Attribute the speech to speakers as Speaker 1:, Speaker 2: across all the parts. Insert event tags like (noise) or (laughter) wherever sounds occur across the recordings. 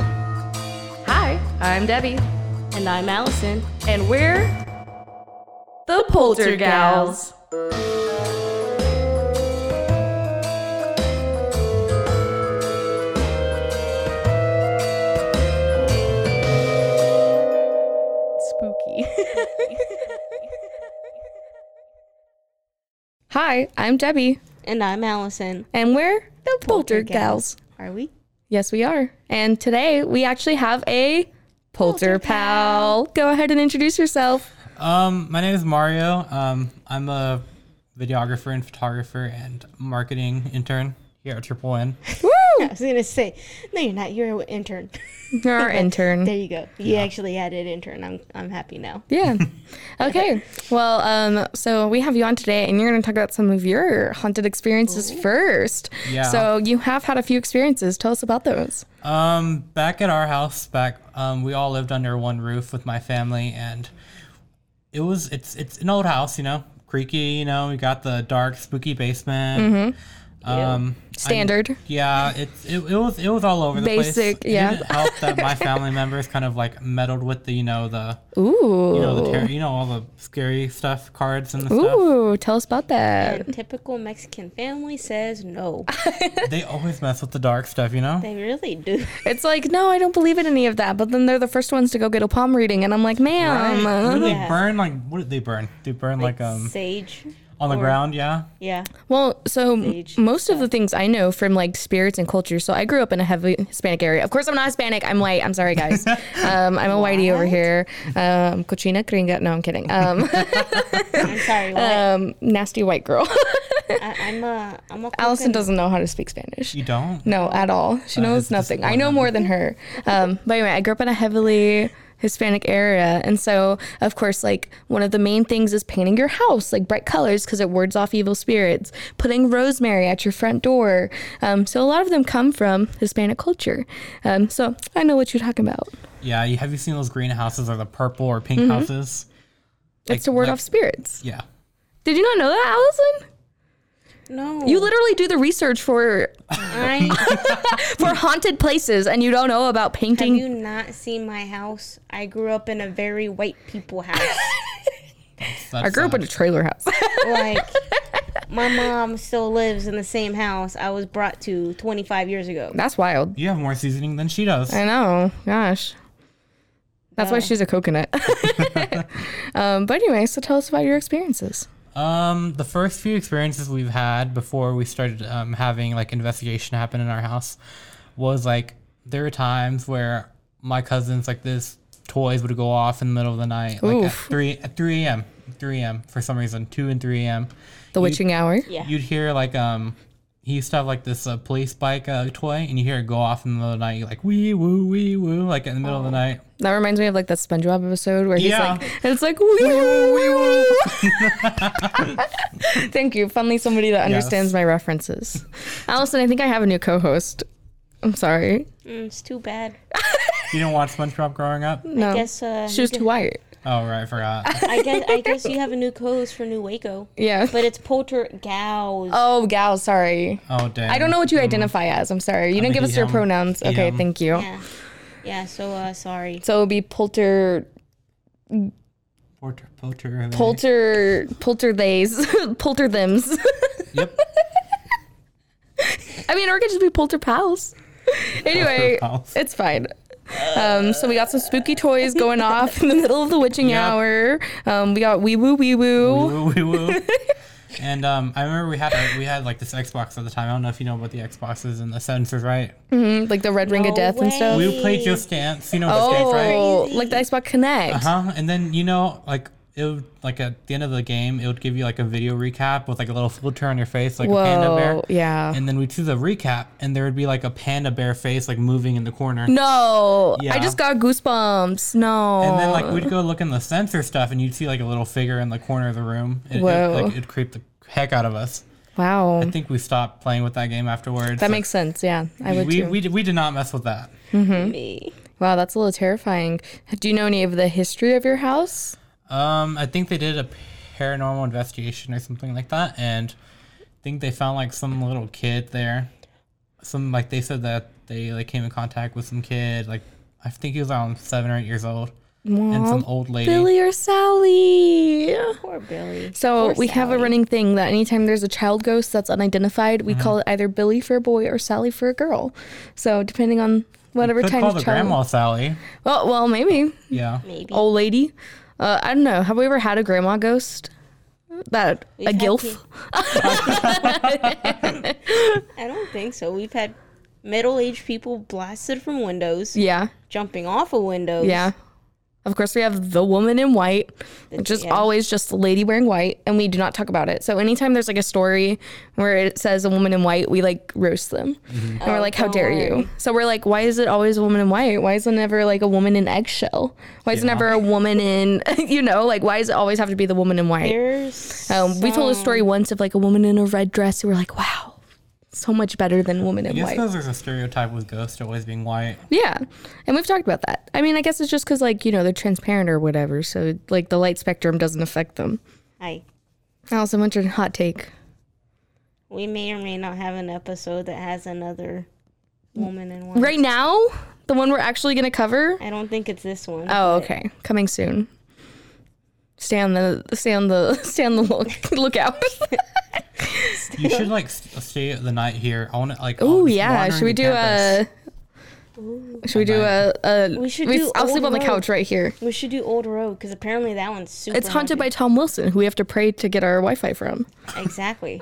Speaker 1: Hi, I'm Debbie.
Speaker 2: And I'm Allison.
Speaker 1: And we're the Poltergals. Spooky. (laughs) Hi, I'm Debbie.
Speaker 2: And I'm Allison.
Speaker 1: And we're the
Speaker 2: Poltergals.
Speaker 1: Poltergals.
Speaker 2: Are we?
Speaker 1: Yes, we are. And today we actually have a Polter Pal. Go ahead and introduce yourself.
Speaker 3: Um, my name is Mario. Um, I'm a videographer and photographer and marketing intern here at Triple N.
Speaker 1: Woo!
Speaker 2: I
Speaker 1: (laughs)
Speaker 2: was going to say, no, you're not. You're an intern.
Speaker 1: You're our intern.
Speaker 2: there you go. You actually added intern. I'm, I'm happy now.
Speaker 1: Hmm? Yeah. Okay. Well, um, so we have you on today, and you're going to talk about some of your haunted experiences first.
Speaker 3: Yeah.
Speaker 1: So you have had a few experiences. Tell us about those.
Speaker 3: Um, back at our house, back um, we all lived under one roof with my family, and it was it's it's an old house, you know, creaky, you know. We got the dark, spooky basement.
Speaker 1: Mm-hmm.
Speaker 3: Um,
Speaker 1: Standard.
Speaker 3: yeah, it's it, it was it was all over the place.
Speaker 1: Basic, yeah.
Speaker 3: It didn't help that
Speaker 1: (laughs)
Speaker 3: my family members kind of like meddled with the you know the
Speaker 1: Ooh.
Speaker 3: you know the terror, you know all the scary stuff cards and the stuff.
Speaker 1: Ooh. Tell us about that.
Speaker 2: And typical Mexican family says no.
Speaker 3: They always mess with the dark stuff, you know?
Speaker 2: They really
Speaker 1: (laughs)
Speaker 2: do.
Speaker 1: It's like, no, I don't believe in any of that. But then they're the first ones to go get a palm reading, and I'm like, ma'am. Uh-huh.
Speaker 3: What do
Speaker 2: Yeah.
Speaker 3: they burn? Like, what did they burn? They burn like, um
Speaker 2: Sage.
Speaker 3: on the
Speaker 2: or-
Speaker 3: ground, yeah.
Speaker 1: (laughs)
Speaker 2: Yeah.
Speaker 1: Well, so m-
Speaker 2: Age
Speaker 1: most of the things I know from like spirits and culture. So I grew up in a heavy Hispanic area. Of course, I'm not Hispanic. I'm white. I'm sorry, guys. um, I'm a whitey over here. Um, cochina gringa. No, I'm kidding. Um, (laughs)
Speaker 2: I'm sorry. What?
Speaker 1: um, nasty white girl.
Speaker 2: I, I'm a. I'm a.
Speaker 1: (laughs) Allison
Speaker 2: coconut.
Speaker 1: doesn't know how to speak Spanish.
Speaker 3: You don't?
Speaker 1: No, at all.
Speaker 2: Uh,
Speaker 1: She knows
Speaker 3: is
Speaker 1: nothing. I know more than her. Um, but anyway, I grew up in a heavily Hispanic area. And so, of course, like one of the main things is painting your house like bright colors because it wards off evil spirits, putting rosemary at your front door. Um, so, a lot of them come from Hispanic culture. Um, so, I know what you're talking about.
Speaker 3: Yeah, you, have you seen those green houses or the purple or pink
Speaker 1: Mm-hmm.
Speaker 3: houses?
Speaker 1: It's to ward
Speaker 3: like-
Speaker 1: off spirits.
Speaker 3: Yeah.
Speaker 1: Did you not know that, Allison?
Speaker 2: No.
Speaker 1: You literally do the research for (laughs)
Speaker 2: I,
Speaker 1: for haunted places, and you don't know about
Speaker 2: have
Speaker 1: painting.
Speaker 2: you not seen my house? I grew up in a very white people house.
Speaker 3: That's, uh,
Speaker 1: I grew up in a trailer house. (laughs)
Speaker 2: like my mom still lives in the same house I was brought to 25 years ago.
Speaker 1: That's wild.
Speaker 3: You have more seasoning than she does.
Speaker 1: I know. Gosh. That's why
Speaker 2: No.
Speaker 1: she's a
Speaker 2: (laughs)
Speaker 1: coconut. um, but anyway, so tell us about your experiences.
Speaker 3: Um, the first few experiences we've had before we started um, having like investigation happen in our house was like there were times where my cousins like this toys would go off in the middle of the night, like at
Speaker 1: Oof.
Speaker 3: three at three a.m. three a.m. for some reason, two and three a.m.
Speaker 1: The witching hour.
Speaker 2: Yeah.
Speaker 3: you'd hear like um he used to have like this uh, police bike uh, toy and you hear it go off in the middle of the night you're like wee woo wee woo like in the middle of
Speaker 1: Oh.
Speaker 3: the night
Speaker 1: That reminds me of like that SpongeBob episode where he's
Speaker 3: Yeah.
Speaker 1: like, it's like, wee woo, wee woo." (laughs) Thank you. Finally, somebody that understands
Speaker 3: Yes.
Speaker 1: my references. Allison, I think I have a new co host. I'm sorry.
Speaker 2: Mm, it's too bad.
Speaker 3: you didn't watch spongebob growing up oh
Speaker 1: No.
Speaker 2: I guess uh,
Speaker 1: she was too white.
Speaker 3: right i forgot
Speaker 2: (laughs) I guess I guess you have a new co-host for New Waco,
Speaker 1: Yeah.
Speaker 2: but it's Poltergals.
Speaker 1: oh, gal, sorry.
Speaker 3: oh
Speaker 1: (laughs)
Speaker 3: damn
Speaker 1: I don't know what you identify as. I'm sorry. You didn't give us your
Speaker 3: he, um,
Speaker 1: pronouns.
Speaker 3: he,
Speaker 1: Okay,
Speaker 3: um,
Speaker 1: thank you.
Speaker 2: Yeah. Yeah, so uh sorry.
Speaker 1: So it would be polter
Speaker 3: Polter, polter, they-
Speaker 1: polter polter (laughs) theys polter thems.
Speaker 3: yep
Speaker 1: (laughs) I mean, or it could just be polter pals. Anyway,
Speaker 3: Polter pals.
Speaker 1: it's fine. Um, so we got some spooky toys going off in the middle of the witching
Speaker 3: Yeah.
Speaker 1: hour. Um, we got wee woo wee woo.
Speaker 3: Woo, woo, woo. and um i remember we had a, we had like this xbox at the time i don't know if you know about the xboxes and the sensors right
Speaker 1: like the red ring of
Speaker 2: No
Speaker 1: death and stuff.
Speaker 3: we would play just dance you know just dance right Uh-huh.
Speaker 1: Oh, like the Xbox Connect.
Speaker 3: huh and then you know like it would like at the end of the game, it would give you like a video recap with like a little filter on your face, like a panda bear.
Speaker 1: Whoa, yeah.
Speaker 3: And then we do the recap, and there would be like a panda bear face like moving in the corner.
Speaker 1: No,
Speaker 3: Yeah.
Speaker 1: I just got goosebumps. No.
Speaker 3: And then like we'd go look in the sensor stuff, and you'd see like a little figure in the corner of the room. It, it-
Speaker 1: Whoa.
Speaker 3: like, it'd creep the heck out of us.
Speaker 1: wow,
Speaker 3: I think we stopped playing with that game afterwards.
Speaker 1: that makes sense. Yeah, I would
Speaker 3: we,
Speaker 1: too.
Speaker 3: we, we did not mess with that.
Speaker 1: Hmm?
Speaker 2: Me.
Speaker 1: wow, that's a little terrifying. Do you know any of the history of your house?
Speaker 3: Um, I think they did a paranormal investigation or something like that, and I think they found like some little kid there. Some like they said that they like came in contact with some kid, like I think he was around seven or eight years old, and some old lady.
Speaker 1: Billy or Sally?
Speaker 2: Poor Billy.
Speaker 1: So we have a running thing that anytime there's a child ghost that's unidentified, we call it either Billy for a boy or Sally for a girl. So depending on whatever
Speaker 3: Could
Speaker 1: kind
Speaker 3: call
Speaker 1: of
Speaker 3: the
Speaker 1: child.
Speaker 3: grandma Sally.
Speaker 1: Well, well, maybe
Speaker 3: Yeah.
Speaker 2: Maybe.
Speaker 1: old lady. Uh, I don't know. Have we ever had a grandma ghost? That a
Speaker 2: had
Speaker 1: gilf?
Speaker 2: pe- I don't think so. We've had middle-aged people blasted from windows,
Speaker 1: Yeah,
Speaker 2: jumping off of windows.
Speaker 1: yeah. Of course, we have the woman in white, which is
Speaker 2: yeah.
Speaker 1: always just the lady wearing white, and we do not talk about it. So anytime there's like a story where it says a woman in white, we like roast them, and we're like, "How dare you?" So we're like, "Why is it always a woman in white? Why is it never like a woman in eggshell? Why is it
Speaker 3: Yeah.
Speaker 1: never a woman in (laughs) you know like why does it always have to be the woman in white?"
Speaker 2: There's
Speaker 1: Um, we told a
Speaker 2: some-
Speaker 1: story once of like a woman in a red dress. We were like, wow, so much better than woman
Speaker 3: I
Speaker 1: in
Speaker 3: guess
Speaker 1: white.
Speaker 3: because there's a stereotype with ghosts always being white.
Speaker 1: Yeah. And we've talked about that. I mean, I guess it's just because like, you know, they're transparent or whatever. So like the light spectrum doesn't affect them.
Speaker 2: I
Speaker 1: Allison, what's your hot take?
Speaker 2: we may or may not have an episode that has another woman in one.
Speaker 1: Right now, the one we're actually going to cover.
Speaker 2: I don't think it's this one.
Speaker 1: Oh, okay. Coming soon. Stay on the stay on the (laughs) stay on the look lookout.
Speaker 3: You should like s- stay the night here. I want to like.
Speaker 1: oh yeah, should we do a should we do a, a
Speaker 2: We should do
Speaker 1: I'll sleep
Speaker 2: Old
Speaker 1: on the
Speaker 2: Road.
Speaker 1: couch right here.
Speaker 2: We should do Old Road because apparently that one's super.
Speaker 1: It's haunted by
Speaker 2: haunted.
Speaker 1: Tom Wilson, who we have to pray to get our Wi-Fi from. (laughs)
Speaker 2: exactly.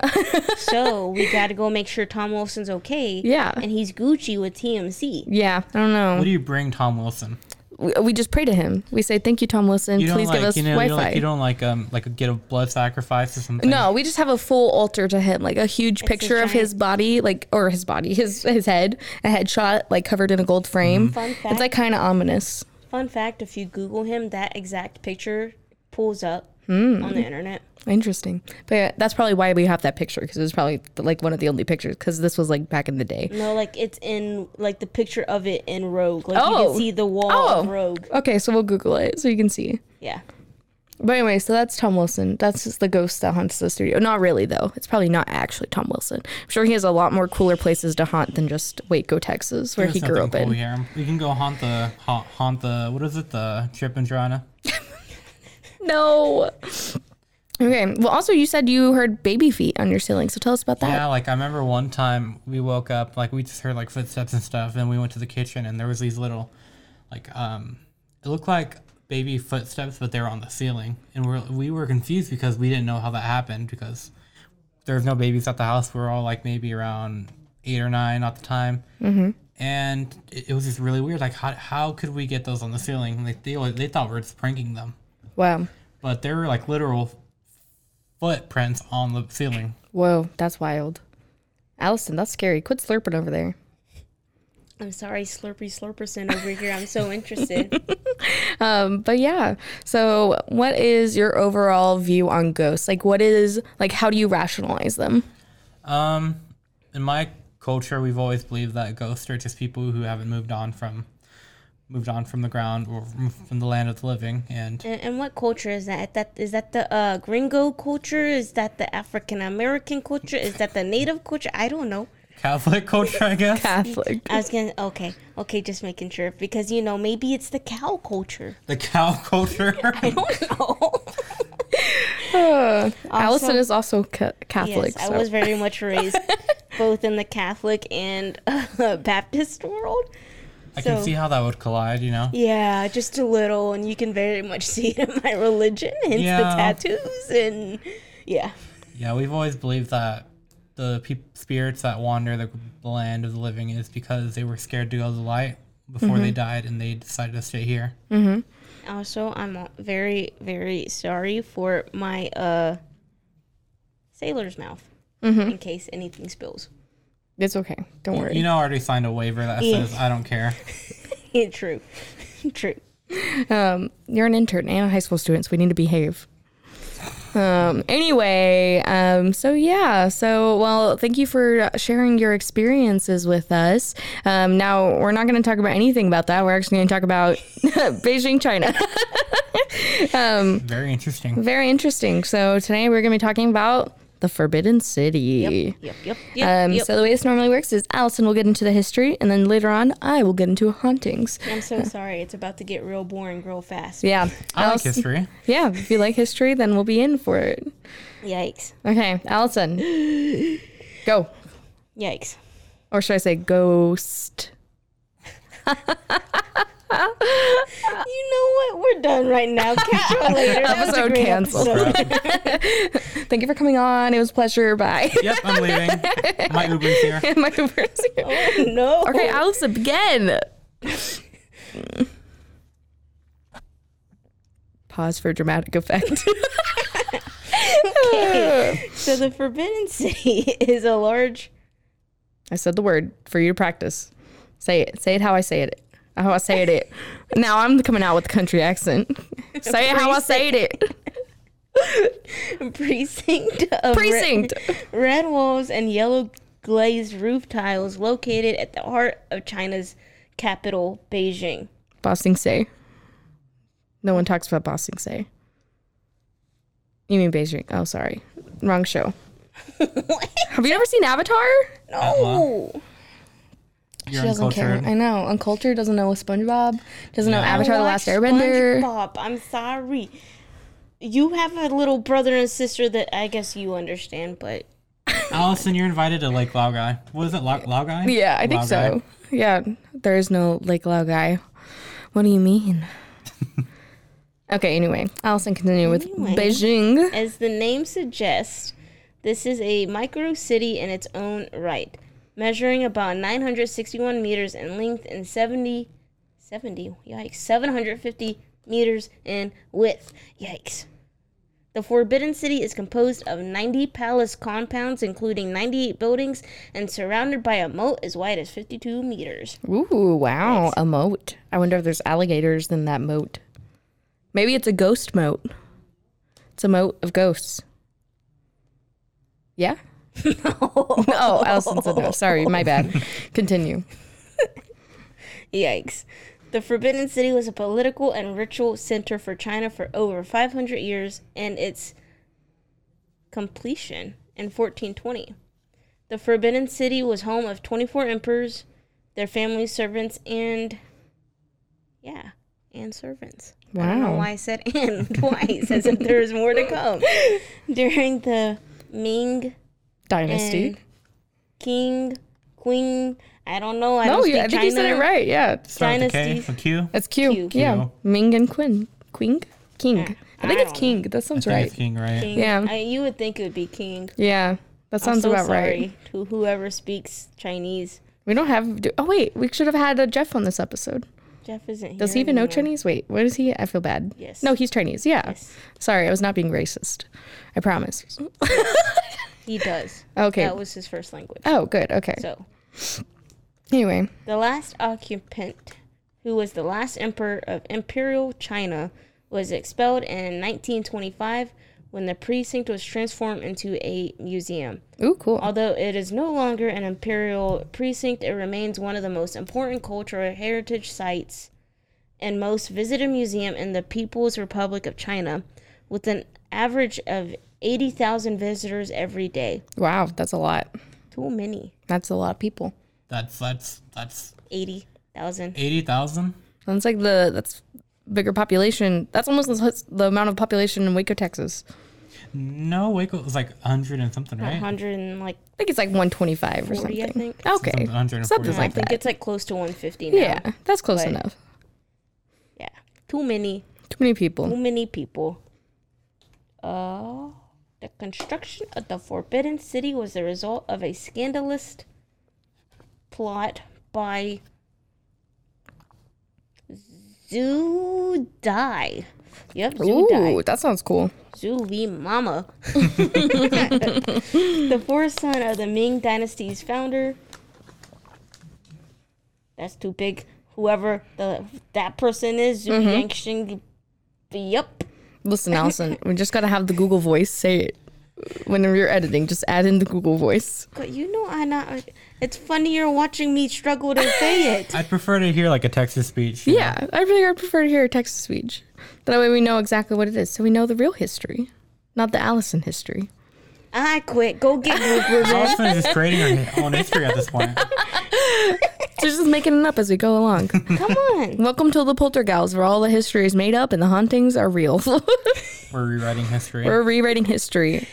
Speaker 2: so we got to go make sure Tom Wilson's okay.
Speaker 1: Yeah.
Speaker 2: and he's Gucci with TMC.
Speaker 1: Yeah, I don't
Speaker 3: What
Speaker 1: know.
Speaker 3: do you bring Tom Wilson?
Speaker 1: We, we just pray to him. We say, "Thank you, Tom Wilson.
Speaker 3: You don't
Speaker 1: Please
Speaker 3: like
Speaker 1: give us
Speaker 3: you know you don't,
Speaker 1: Wi-Fi."
Speaker 3: like, you don't like um like get a blood sacrifice or something.
Speaker 1: no, we just have a full altar to him, like a huge picture of
Speaker 2: giant-
Speaker 1: his body, like or his body, his his head, a headshot, like covered in a gold frame.
Speaker 2: Fun
Speaker 3: Mm-hmm.
Speaker 1: It's
Speaker 2: fact.
Speaker 1: like kind of ominous.
Speaker 2: Fun fact: If you Google him, that exact picture pulls up
Speaker 1: Hmm.
Speaker 2: on the internet.
Speaker 1: Interesting, but yeah, that's probably why we have that picture because it was probably like one of the only pictures because this was like back in the day.
Speaker 2: No, like it's in like the picture of it in Rogue. Like you
Speaker 1: Oh.
Speaker 2: can see the wall
Speaker 1: Oh,
Speaker 2: of Rogue.
Speaker 1: okay, so we'll Google it so you can see.
Speaker 2: Yeah.
Speaker 1: But anyway, so that's Tom Wilson. That's just the ghost that haunts the studio. Not really though. It's probably not actually Tom Wilson. I'm sure he has a lot more cooler places to haunt than just Waco, Texas, where
Speaker 3: There's
Speaker 1: he grew
Speaker 3: nothing
Speaker 1: up
Speaker 3: cool
Speaker 1: in.
Speaker 3: here. We can go haunt the haunt, haunt the what is it the Trip and Joanna?
Speaker 1: No. Okay. Well, also you said you heard baby feet on your ceiling, so tell us about that.
Speaker 3: Yeah, like I remember one time we woke up like we just heard like footsteps and stuff, and we went to the kitchen and there was these little like um it looked like baby footsteps, but they were on the ceiling, and we we were confused because we didn't know how that happened because there was no babies at the house. We were all like maybe around eight or nine at the time. Mm-hmm. And it, it was just really weird. Like, how, how could we get those on the ceiling? Like, they, they thought we were just pranking them.
Speaker 1: Wow.
Speaker 3: but there were like literal footprints on the ceiling.
Speaker 1: Whoa, that's wild. Allison, that's scary. Quit slurping over there.
Speaker 2: I'm sorry, Slurpy Slurperson over here. I'm so
Speaker 1: (laughs)
Speaker 2: interested.
Speaker 1: Um, but yeah. So, what is your overall view on ghosts? Like, what is like? How do you rationalize them?
Speaker 3: Um, in my culture, we've always believed that ghosts are just people who haven't moved on from moved on from the ground or from the land of the living. And
Speaker 2: and, and what culture is that? Is that is that the uh, gringo culture? Is that the African American culture? Is that the native culture? I don't know.
Speaker 3: Catholic culture, I guess.
Speaker 1: Catholic.
Speaker 2: I was gonna okay, okay, just making sure because you know maybe it's the cow
Speaker 3: (laughs)
Speaker 2: culture.
Speaker 3: The cow culture.
Speaker 2: (laughs) I don't know.
Speaker 1: Allison is also ca- Catholic.
Speaker 2: yes, I
Speaker 1: so-
Speaker 2: was very much
Speaker 3: (laughs)
Speaker 2: raised both in the Catholic and uh, (laughs) Baptist world.
Speaker 3: I can
Speaker 2: So-
Speaker 3: see how that would collide, you know.
Speaker 2: Yeah, just a little, and you can very much see it in my religion, hence
Speaker 3: Yeah.
Speaker 2: the tattoos, and yeah,
Speaker 3: Yeah, we've always believed that the peop spirits that wander the, the land of the living is because they were scared to go to the light before they
Speaker 2: Mm-hmm.
Speaker 3: died and they decided to stay here.
Speaker 2: Also, I'm very, very sorry for my uh sailor's mouth.
Speaker 3: Mm-hmm.
Speaker 2: In case anything spills. (laughs)
Speaker 1: It's okay. Don't worry.
Speaker 3: You know, I already signed a waiver that says I
Speaker 2: (laughs)
Speaker 3: don't care.
Speaker 2: True. (laughs) True.
Speaker 1: Um, you're an intern and a high school student, so we need to behave. Um, anyway, um, so yeah, so well, thank you for sharing your experiences with us. Um, now we're not going to talk about anything about that. We're actually going to talk about (laughs) Beijing,
Speaker 3: (laughs)
Speaker 1: China.
Speaker 3: Very interesting.
Speaker 1: Very interesting. So today we're going to be talking about the Forbidden City.
Speaker 2: Yep, yep, yep.
Speaker 1: Um,
Speaker 2: yep.
Speaker 1: So the way this normally works is Allison will get into the history, and then later on I will get into hauntings.
Speaker 2: I'm so sorry. It's about to get real boring real fast.
Speaker 1: Yeah,
Speaker 3: I like
Speaker 1: Allison-
Speaker 3: history.
Speaker 1: Yeah, if you like history, then we'll be in for it.
Speaker 2: Yikes.
Speaker 1: Okay, Allison, go.
Speaker 2: Yikes.
Speaker 1: Or should I say ghost?
Speaker 2: You know what? We're done right now. Catch y'all later. That was a
Speaker 1: Episode
Speaker 2: great
Speaker 1: canceled.
Speaker 2: (laughs) episode.
Speaker 1: Thank you for coming on. It was a pleasure. Bye. (laughs)
Speaker 3: yep, I'm leaving.
Speaker 2: (laughs)
Speaker 3: My Uber's here.
Speaker 1: My Uber's here.
Speaker 2: Oh, No.
Speaker 1: Okay, Allison, begin. Pause for dramatic effect. (laughs)
Speaker 2: So the Forbidden City (laughs) is a large.
Speaker 1: I said the word for you to practice. Say it. Say it how I say it. How I say it. it. Now I'm coming out with a country accent. Say it how I say it.
Speaker 2: precinct of re-
Speaker 1: Precinct.
Speaker 2: red walls and yellow glazed roof tiles located at the heart of China's capital, Beijing.
Speaker 1: Bossing say. No one talks about Bossing say. You mean Beijing? Oh, sorry, wrong (laughs) show. Have you ever seen Avatar?
Speaker 2: Uh-huh. No.
Speaker 3: You're uncultured.
Speaker 1: I know. Uncultured doesn't know SpongeBob. Doesn't know Avatar: The Last
Speaker 2: Watch
Speaker 1: Airbender.
Speaker 2: SpongeBob. I'm sorry. You have a little brother and sister that I guess you understand, but
Speaker 3: Allison, you're invited to Lake Laogai. What is it, La- Laogai?
Speaker 1: Yeah, I think so.
Speaker 3: Laogai.
Speaker 1: Yeah, there is no Lake Lao guy. What do you (laughs) mean? okay. Anyway, Allison, continue with Beijing.
Speaker 2: as the name suggests, this is a micro city in its own right, measuring about 961 meters in length and 70, 70, yikes, 750 meters in width. Yikes. The Forbidden City is composed of 90 palace compounds, including 98 buildings, and surrounded by a moat as wide as 52 meters. (laughs)
Speaker 1: Ooh, wow, a moat. I wonder if there's alligators in that moat. Maybe it's a ghost moat. It's a moat of ghosts. Yeah?
Speaker 2: (laughs)
Speaker 1: no. Oh, Allison said no. Sorry, my bad. Continue.
Speaker 2: Yikes. The Forbidden City was a political and ritual center for China for over 500 years and its completion in 1420. The Forbidden City was home of 24 emperors, their family servants, and. Yeah, and servants. I don't know
Speaker 1: Wow.
Speaker 2: why I said and (laughs) twice, as if there was more to
Speaker 1: (laughs)
Speaker 2: come. During the Ming
Speaker 1: Dynasty.
Speaker 2: and King, Queen, I don't know. I
Speaker 1: No,
Speaker 2: don't
Speaker 1: you,
Speaker 2: speak
Speaker 1: I think you said it
Speaker 2: China.
Speaker 1: right. Yeah.
Speaker 3: Start with a K,
Speaker 2: Dynasties.
Speaker 3: a Q.
Speaker 1: That's Q.
Speaker 2: Q.
Speaker 1: Yeah.
Speaker 3: Q.
Speaker 1: Ming and Quinn. Quing? King. I think
Speaker 2: I
Speaker 1: it's
Speaker 2: don't
Speaker 1: King. That sounds
Speaker 3: I think
Speaker 1: right.
Speaker 3: it's King, right?
Speaker 2: King.
Speaker 1: Yeah.
Speaker 2: I, you would think it would be king.
Speaker 1: Yeah. That sounds
Speaker 2: I'm so
Speaker 1: about
Speaker 2: sorry
Speaker 1: right.
Speaker 2: to whoever speaks Chinese.
Speaker 1: We don't have. do- Oh, wait. We should have had a Jeff on this episode.
Speaker 2: Jeff isn't here.
Speaker 1: Does he even know
Speaker 2: anymore.
Speaker 1: Chinese? Wait, what is he? I feel bad.
Speaker 2: Yes.
Speaker 1: No, he's Chinese. Yeah.
Speaker 2: Yes.
Speaker 1: Sorry, I was not being racist. I promise.
Speaker 2: He does.
Speaker 1: (laughs) Okay.
Speaker 2: That was his first language.
Speaker 1: Oh, good. Okay.
Speaker 2: So,
Speaker 1: anyway,
Speaker 2: the last occupant, who was the last emperor of Imperial China, was expelled in 1925 when the precinct was transformed into a museum.
Speaker 1: ooh, cool.
Speaker 2: Although it is no longer an imperial precinct, it remains one of the most important cultural heritage sites and most visited museum in the People's Republic of China, with an average of 80,000 visitors every day.
Speaker 1: wow, that's a lot.
Speaker 2: Too many.
Speaker 1: That's a lot of people.
Speaker 3: That's that's that's
Speaker 2: 80,000.
Speaker 3: eighty thousand.
Speaker 1: That's like the that's bigger population. That's almost the, the amount of population in Waco, Texas.
Speaker 3: No, Waco was like hundred and something, right?
Speaker 2: 100 and like,
Speaker 1: I think it's like 125 or
Speaker 2: 40, I
Speaker 1: something.
Speaker 2: think.
Speaker 1: Okay.
Speaker 3: Something- 140.
Speaker 1: Something
Speaker 2: I
Speaker 1: like
Speaker 2: think
Speaker 1: that.
Speaker 2: it's like close to 150 now.
Speaker 1: Yeah, that's close
Speaker 2: but-
Speaker 1: enough.
Speaker 2: Yeah. Too many.
Speaker 1: Too many
Speaker 2: Too
Speaker 1: people.
Speaker 2: many people. Uh, the construction of the Forbidden City was the result of a scandalous plot by Zudai. Yep, Zudai.
Speaker 1: Ooh, that sounds cool.
Speaker 2: Zuli Mama. (laughs) the fourth son of the Ming Dynasty's founder. That's too big. Whoever the that person is, Zhu Yangxing. Yep.
Speaker 1: Listen, Allison, we just gotta have the Google voice say it. Whenever you're editing, just add in the Google voice.
Speaker 2: But you know, I not. It's funnier watching me struggle to say it.
Speaker 3: I'd prefer to hear like a Texas speech. you know?
Speaker 1: Yeah, I really would prefer to hear a Texas speech. That way we know exactly what it is, so we know the real history, not the Allison history.
Speaker 2: I quit. Go get Google.
Speaker 3: Allison is just creating her own history at this point. (laughs)
Speaker 1: So just making it up as we go along.
Speaker 2: Come
Speaker 1: (laughs)
Speaker 2: on.
Speaker 1: Welcome to the Poltergals, where all the history is made up and the hauntings are real. (laughs)
Speaker 3: We're rewriting history.
Speaker 1: We're rewriting history.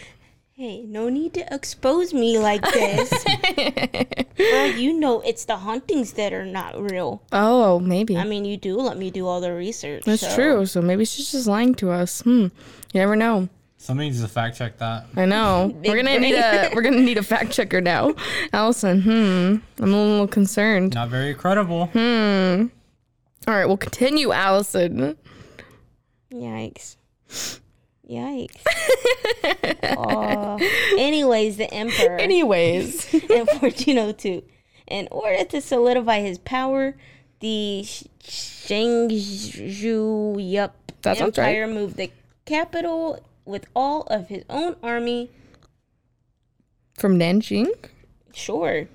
Speaker 2: Hey, no need to expose me like
Speaker 1: (laughs)
Speaker 2: this. Girl, you know it's the hauntings that are not real.
Speaker 1: Oh, maybe.
Speaker 2: I mean, you do let me do all the research.
Speaker 1: That's
Speaker 2: so-
Speaker 1: true. So maybe she's just lying to us. Hmm. You never know.
Speaker 3: Somebody needs to fact check that.
Speaker 1: I know. we're gonna need a we're gonna need a fact checker now. (laughs) Allison, hmm. I'm a little concerned.
Speaker 3: Not very credible.
Speaker 1: Hmm. All right, we'll continue, Allison. (laughs)
Speaker 2: Yikes. Yikes. Aw.
Speaker 1: (laughs)
Speaker 2: anyways, the emperor
Speaker 1: Anyways.
Speaker 2: (laughs) in 1402, in order to solidify his power, the Shangzhou yup,
Speaker 1: That sounds right.
Speaker 2: empire moved the capital with all of his own army.
Speaker 1: From Nanjing?
Speaker 2: Sure.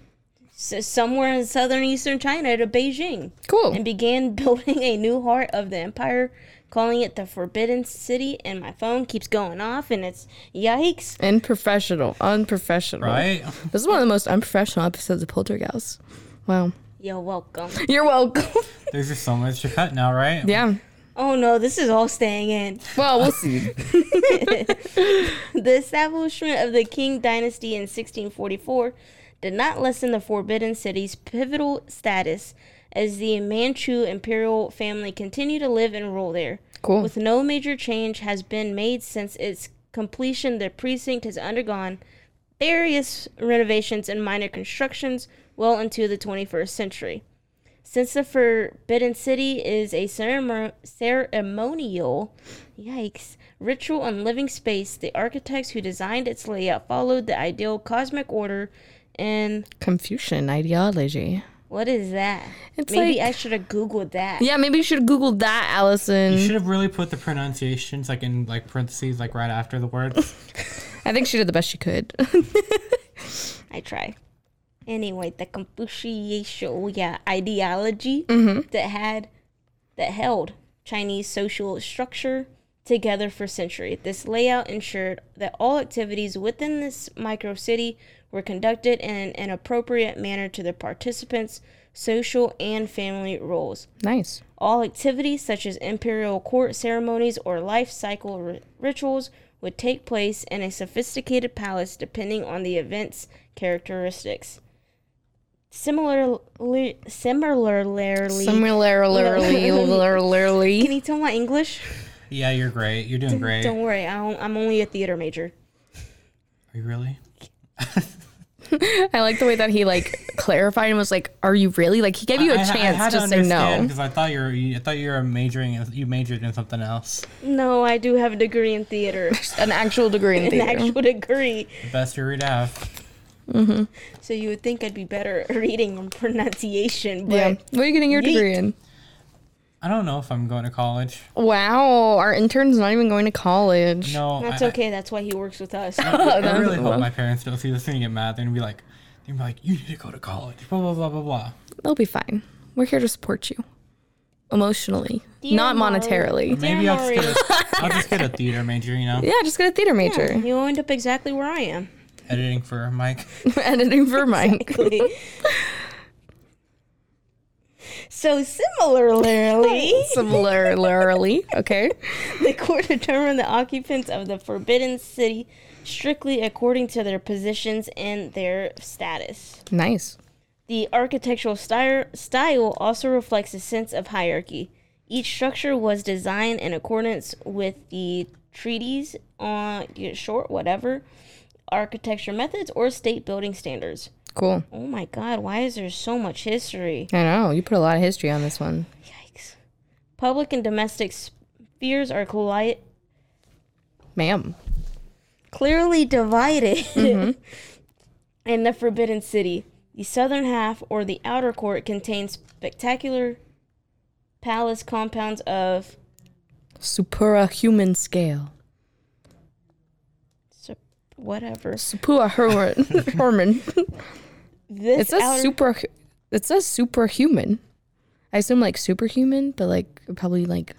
Speaker 2: So somewhere in southern eastern China to Beijing.
Speaker 1: Cool.
Speaker 2: and began (laughs) building a new heart of the empire, calling it the Forbidden City. And my phone keeps going off, and it's yikes.
Speaker 1: And professional. Unprofessional.
Speaker 3: Right? (laughs)
Speaker 1: This is one of the most unprofessional episodes of Poltergeist. Wow.
Speaker 2: You're welcome.
Speaker 1: You're welcome. (laughs)
Speaker 3: There's just so much to cut now, right?
Speaker 1: yeah.
Speaker 2: Oh no, this is all staying in.
Speaker 1: Well, we'll see.
Speaker 2: (laughs) The establishment of the Qing dynasty in 1644 did not lessen the Forbidden City's pivotal status as the Manchu imperial family continued to live and rule there.
Speaker 1: Cool.
Speaker 2: With no major change has been made since its completion, the precinct has undergone various renovations and minor constructions well into the 21st century. Since the Forbidden City is a ceremo- ceremonial, yikes, ritual and living space, the architects who designed its layout followed the ideal cosmic order and
Speaker 1: Confucian ideology.
Speaker 2: what is that?
Speaker 1: It's
Speaker 2: Maybe
Speaker 1: like-
Speaker 2: I should have googled that.
Speaker 1: Yeah, maybe you should Google that,
Speaker 3: You
Speaker 1: Allison.
Speaker 3: should have really put the pronunciations like in like parentheses like right after the words.
Speaker 1: I think she did the best she could. (laughs)
Speaker 2: I try. Anyway, the Confucian yeah, ideology that had that held Chinese social structure together for centuries. This layout ensured that all activities within this micro city were conducted in an appropriate manner to the participants' social and family roles.
Speaker 1: nice.
Speaker 2: All activities such as imperial court ceremonies or life cycle ri- rituals would take place in a sophisticated palace depending on the event's characteristics. Similarly, similarly, can
Speaker 1: (laughs) Similarly,
Speaker 2: you tell my English?
Speaker 3: yeah, you're great. You're doing great.
Speaker 2: Don't worry, I don't, I'm only a theater major.
Speaker 3: Are you really?
Speaker 1: I like the way that he like clarified and was like, "Are you really?" Like he gave you a
Speaker 3: I- I- I
Speaker 1: chance
Speaker 3: had
Speaker 1: to say no.
Speaker 3: because I thought you were you, I thought you were majoring in, you majored in something else.
Speaker 2: No, I do have a degree in theater,
Speaker 1: An actual degree in
Speaker 2: an
Speaker 1: (laughs) theater.
Speaker 2: actual degree.
Speaker 3: The best you're to have.
Speaker 2: So you would think I'd be better at reading and pronunciation, but
Speaker 1: yeah. What are you getting your degree
Speaker 2: Yeet.
Speaker 1: in?
Speaker 3: I don't know if I'm going to college.
Speaker 1: Wow, our intern's not even going to college.
Speaker 3: No,
Speaker 2: that's
Speaker 3: Oh, I,
Speaker 2: okay. That's why he works with
Speaker 3: (laughs)
Speaker 2: us.
Speaker 3: I, I really hope my parents don't see this and get mad. They're gonna be like, they're gonna be like, you need to go to college. Blah blah blah blah blah.
Speaker 1: They'll be fine. We're here to support you emotionally,
Speaker 2: Dear
Speaker 1: not
Speaker 2: Molly.
Speaker 1: monetarily.
Speaker 3: Maybe I'll just,
Speaker 2: Maria.
Speaker 3: get a, I'll just get a theater major. You know,
Speaker 1: (laughs) Yeah, just get a theater major.
Speaker 2: you end up exactly where I am.
Speaker 3: editing for Mike.
Speaker 1: (laughs) Editing for Mike.
Speaker 2: Exactly. (laughs) so similarly,
Speaker 1: Similarly, okay.
Speaker 2: the court determined the occupants of the Forbidden City strictly according to their positions and their status.
Speaker 1: Nice.
Speaker 2: The architectural sty- style also reflects a sense of hierarchy. Each structure was designed in accordance with the treaties on short whatever architecture methods or state building standards.
Speaker 1: Cool.
Speaker 2: Oh my god, why is there so much history?
Speaker 1: I know you put a lot of history on this one.
Speaker 2: Yikes. Public and domestic spheres are colli-
Speaker 1: ma'am.
Speaker 2: clearly divided
Speaker 1: Mm-hmm.
Speaker 2: (laughs) in the Forbidden City. The southern half, or the outer court, contains spectacular palace compounds of
Speaker 1: Superahuman scale.
Speaker 2: sup- whatever.
Speaker 1: Supua Herman. (laughs) Herman.
Speaker 2: This
Speaker 1: It says
Speaker 2: outer-
Speaker 1: super. It says superhuman. I assume like superhuman, but like probably like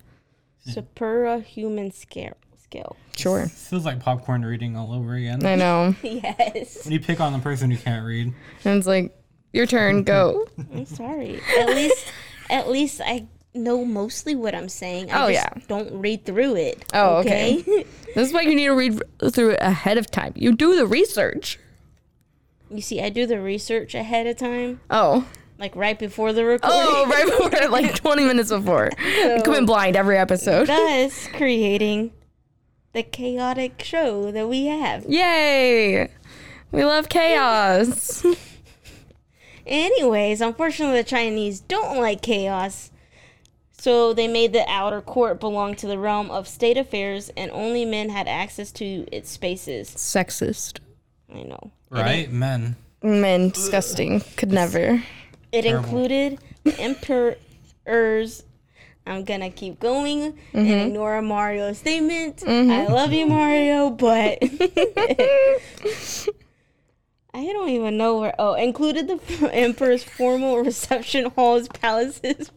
Speaker 2: superahuman scale.
Speaker 1: (laughs)
Speaker 2: Scale.
Speaker 1: sure.
Speaker 3: (laughs) Feels like popcorn reading all over again.
Speaker 1: I know.
Speaker 2: Yes.
Speaker 3: When you pick on the person who can't read,
Speaker 1: And it's like your turn. Go.
Speaker 2: I'm sorry. At least, at least I know mostly what I'm saying. I
Speaker 1: Oh,
Speaker 2: just
Speaker 1: yeah.
Speaker 2: Don't read through it.
Speaker 1: Oh, okay.
Speaker 2: (laughs)
Speaker 1: This is why you need to read through it ahead of time. You do the research.
Speaker 2: you see, I do the research ahead of time,
Speaker 1: Oh.
Speaker 2: like right before the recording.
Speaker 1: Oh, (laughs) right before, like 20 minutes before. Come in blind every episode.
Speaker 2: (laughs) thus creating the chaotic show that we have.
Speaker 1: Yay! We love chaos.
Speaker 2: Anyways, unfortunately, the Chinese don't like chaos. So they made the outer court belong to the realm of state affairs, and only men had access to its spaces.
Speaker 1: Sexist.
Speaker 2: I know.
Speaker 3: right? Men.
Speaker 1: Men, disgusting. Could never.
Speaker 2: It included the emperors. I'm gonna keep going and ignore Mario's statement. I love you, Mario, but (laughs) I don't even know where. Oh, included the (laughs) emperor's formal reception halls, palaces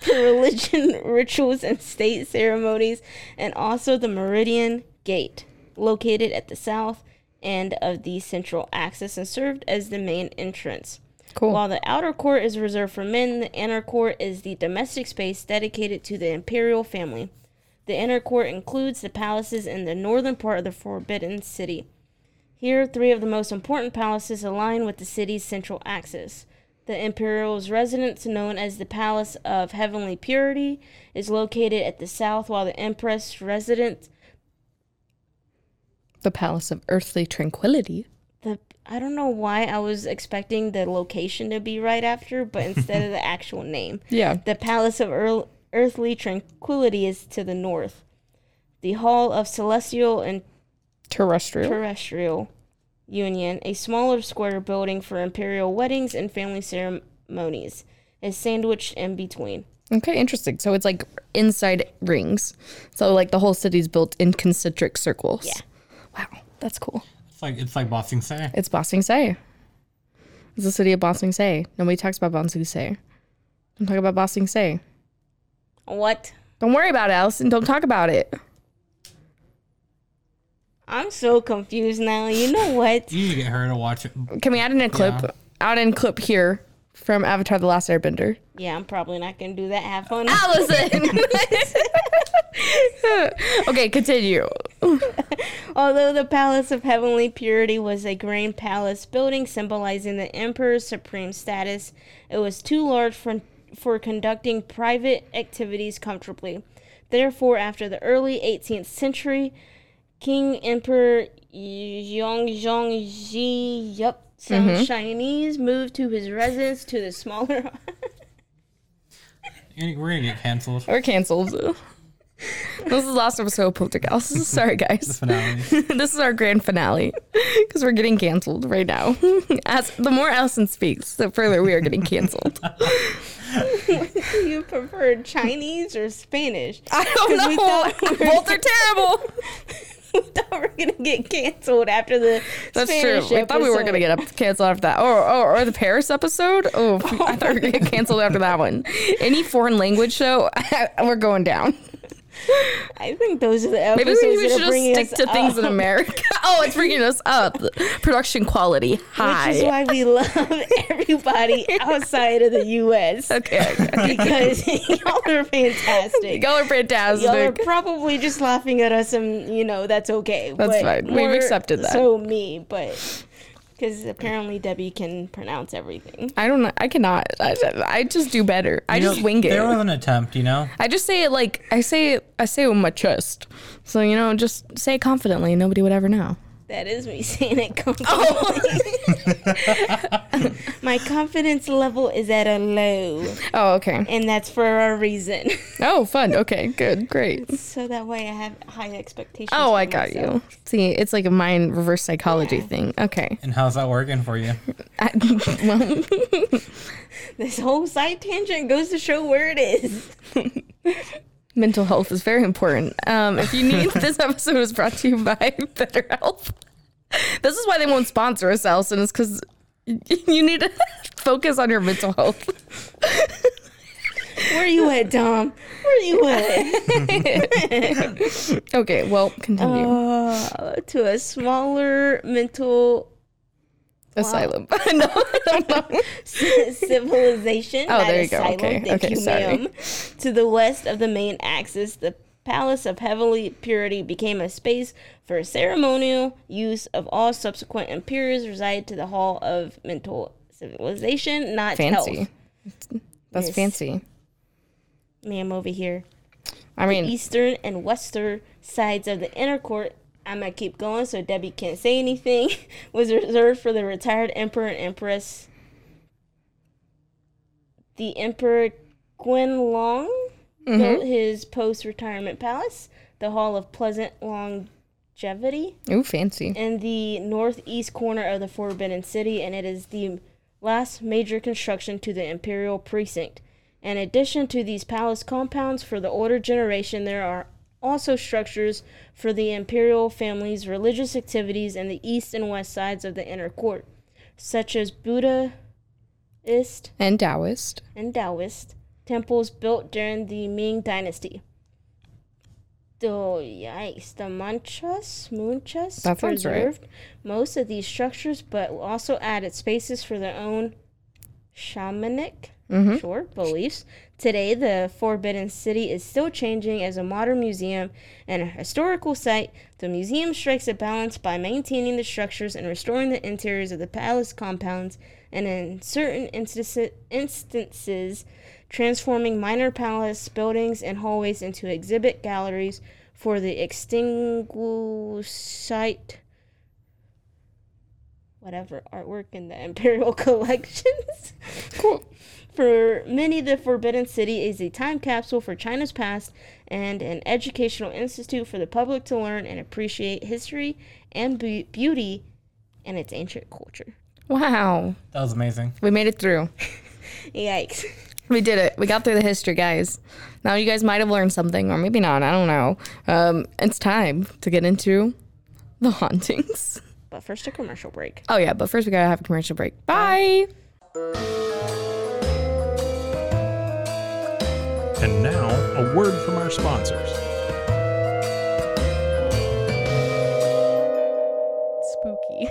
Speaker 2: for religion (laughs) rituals and state ceremonies, and also the Meridian Gate, located at the south end of the central axis and served as the main entrance.
Speaker 1: Cool.
Speaker 2: While the outer court is reserved for men, the inner court is the domestic space dedicated to the imperial family. The inner court includes the palaces in the northern part of the Forbidden City. Here, three of the most important palaces align with the city's central axis. The Imperial's residence, known as the Palace of Heavenly Purity, is located at the south, while the Empress' residence,
Speaker 1: the Palace of Earthly Tranquility.
Speaker 2: the I don't know why I was expecting the location to be right after, but instead of the actual name,
Speaker 1: Yeah.
Speaker 2: The Palace of Earl- Earthly Tranquility is to the north. The Hall of Celestial and
Speaker 1: Terrestrial.
Speaker 2: Terrestrial Union, a smaller square building for imperial weddings and family ceremonies, is sandwiched in between.
Speaker 1: okay, interesting. So it's like inside rings. So like the whole city's built in concentric circles. Yeah. Wow, that's cool.
Speaker 3: It's like it's like boxing say.
Speaker 1: It's Bossing Say. It's the city of Bossing Say. Nobody talks about Bossing Say. Don't talk about Bossing Say.
Speaker 2: What?
Speaker 1: Don't worry about it, Allison. Don't talk about it.
Speaker 2: I'm so confused now. You know what?
Speaker 3: You need to get her to watch it.
Speaker 1: Can we add in a clip?
Speaker 3: Yeah.
Speaker 1: Add in clip here from Avatar: The Last Airbender.
Speaker 2: Yeah, I'm probably not gonna do that. Have fun.
Speaker 1: Ah! Allison. (laughs) okay, continue.
Speaker 2: Although the Palace of Heavenly Purity was a grand palace building symbolizing the emperor's supreme status, it was too large for, for conducting private activities comfortably. Therefore, after the early 18th century, King Emperor Yongzhongji, yup, sounds
Speaker 1: Mm-hmm.
Speaker 2: Chinese, moved to his residence to the smaller (laughs)
Speaker 3: You're- We're gonna get canceled.
Speaker 1: We're canceled. this is the last episode of Poltergeist. (laughs) Sorry, guys.
Speaker 3: Finale.
Speaker 1: this is our grand finale because we're getting canceled right now. (laughs) As the more Allison speaks, the further we are getting canceled.
Speaker 2: you preferred Chinese or Spanish? (laughs)
Speaker 1: I don't (laughs)
Speaker 2: we
Speaker 1: know.
Speaker 2: thought-
Speaker 1: Both are terrible.
Speaker 2: we thought we were gonna get canceled after the
Speaker 1: That's
Speaker 2: Spanish
Speaker 1: true. We thought we were
Speaker 2: episode.
Speaker 1: gonna get up canceled after that. Or, or or the Paris episode. (laughs) Oh, I thought we were gonna get canceled after that one. Any foreign language show, (laughs) we're going down.
Speaker 2: I think those are the episodes
Speaker 1: Maybe we, we
Speaker 2: that
Speaker 1: should
Speaker 2: are
Speaker 1: just
Speaker 2: bringing
Speaker 1: stick
Speaker 2: us
Speaker 1: to things in
Speaker 2: up,
Speaker 1: America. (laughs) Oh, it's bringing us up. Production quality high.
Speaker 2: (laughs) which is why we love
Speaker 1: (laughs)
Speaker 2: everybody outside of the U.S.
Speaker 1: okay, okay.
Speaker 2: (laughs) because
Speaker 1: (laughs)
Speaker 2: (laughs) y'all are fantastic.
Speaker 1: y'all are fantastic.
Speaker 2: Y'all are probably just laughing at us, and you know that's okay.
Speaker 1: That's
Speaker 2: but
Speaker 1: fine. We've
Speaker 2: more
Speaker 1: accepted that.
Speaker 2: So me, but because apparently Debbie can pronounce everything.
Speaker 1: I don't. know. I cannot. I, I just do better. I
Speaker 3: You
Speaker 1: just
Speaker 3: know,
Speaker 1: wing it.
Speaker 3: There was an attempt, you know.
Speaker 1: I just say it (laughs) like I say. it- I say it with my chest. So you know, just say it confidently, and nobody would ever know.
Speaker 2: That is me (laughs) saying it
Speaker 1: Oh.
Speaker 2: confidently. My confidence level is at a low,
Speaker 1: Oh, okay.
Speaker 2: and that's for a reason. (laughs)
Speaker 1: Oh, fun. Okay, good, great.
Speaker 2: so that way I have high expectations.
Speaker 1: Oh, I
Speaker 2: for
Speaker 1: got
Speaker 2: myself.
Speaker 1: you. See, it's like a mind reverse psychology thing. Okay.
Speaker 3: And how's that working for you?
Speaker 1: I, (laughs) well,
Speaker 2: This whole side tangent goes to show where it is.
Speaker 1: mental health is very important. Um, if you need, (laughs) this episode was brought to you by (laughs) BetterHelp. This is why they won't sponsor us, Allison, is because (laughs) you need to (laughs) focus on your mental health.
Speaker 2: (laughs) Where you at, Dom? Where you (laughs) at?
Speaker 1: Okay, well, continue.
Speaker 2: Uh, to a smaller mental (laughs)
Speaker 1: Asylum. (laughs) no, I don't (laughs) know.
Speaker 2: civilization.
Speaker 1: Oh,
Speaker 2: not
Speaker 1: there you go.
Speaker 2: asylum.
Speaker 1: Okay.
Speaker 2: Thank
Speaker 1: Okay,
Speaker 2: you,
Speaker 1: sorry.
Speaker 2: ma'am. To the west of the main axis, the Palace of Heavenly Purity became a space for ceremonial use of all subsequent imperials reside to the Hall of Mental Civilization, not
Speaker 1: Fancy.
Speaker 2: health.
Speaker 1: That's
Speaker 2: Yes.
Speaker 1: fancy.
Speaker 2: Ma'am over here.
Speaker 1: I mean,
Speaker 2: Eastern and western sides of the inner court. I'm gonna keep going so Debbie can't say anything. (laughs) was reserved for the retired emperor and empress. The emperor Gwen Long
Speaker 1: Mm-hmm.
Speaker 2: built his post-retirement palace, the Hall of Pleasant Longevity,
Speaker 1: ooh, fancy.
Speaker 2: in the northeast corner of the Forbidden City, and it is the last major construction to the Imperial Precinct. In addition to these palace compounds for the older generation, there are also structures for the imperial family's religious activities in the east and west sides of the inner court, such as Buddhist
Speaker 1: And Taoist.
Speaker 2: and Taoist temples built during the Ming Dynasty. The yikes, the Manchas, Munchas
Speaker 1: That sounds right.
Speaker 2: preserved most of these structures, but also added spaces for their own shamanic, sure, beliefs. Today, the Forbidden City is still changing as a modern museum and a historical site. The museum strikes a balance by maintaining the structures and restoring the interiors of the palace compounds, and in certain instances, instances transforming minor palace buildings and hallways into exhibit galleries for the extinguished site whatever artwork in the (laughs) imperial collections
Speaker 1: Cool.
Speaker 2: for many the forbidden city is a time capsule for china's past and an educational institute for the public to learn and appreciate history and be- beauty and its ancient culture
Speaker 1: Wow.
Speaker 3: That was amazing.
Speaker 1: We made it through.
Speaker 2: yikes
Speaker 1: We did it. We got through the history, guys. Now you guys might have learned something, or maybe not. I don't know. Um, it's time to get into the (laughs) hauntings.
Speaker 2: but first a commercial break
Speaker 1: Oh yeah, but first we gotta have a commercial break. Bye.
Speaker 4: And now, a word from our sponsors.
Speaker 1: Spooky.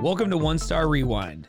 Speaker 5: Welcome to One Star Rewind,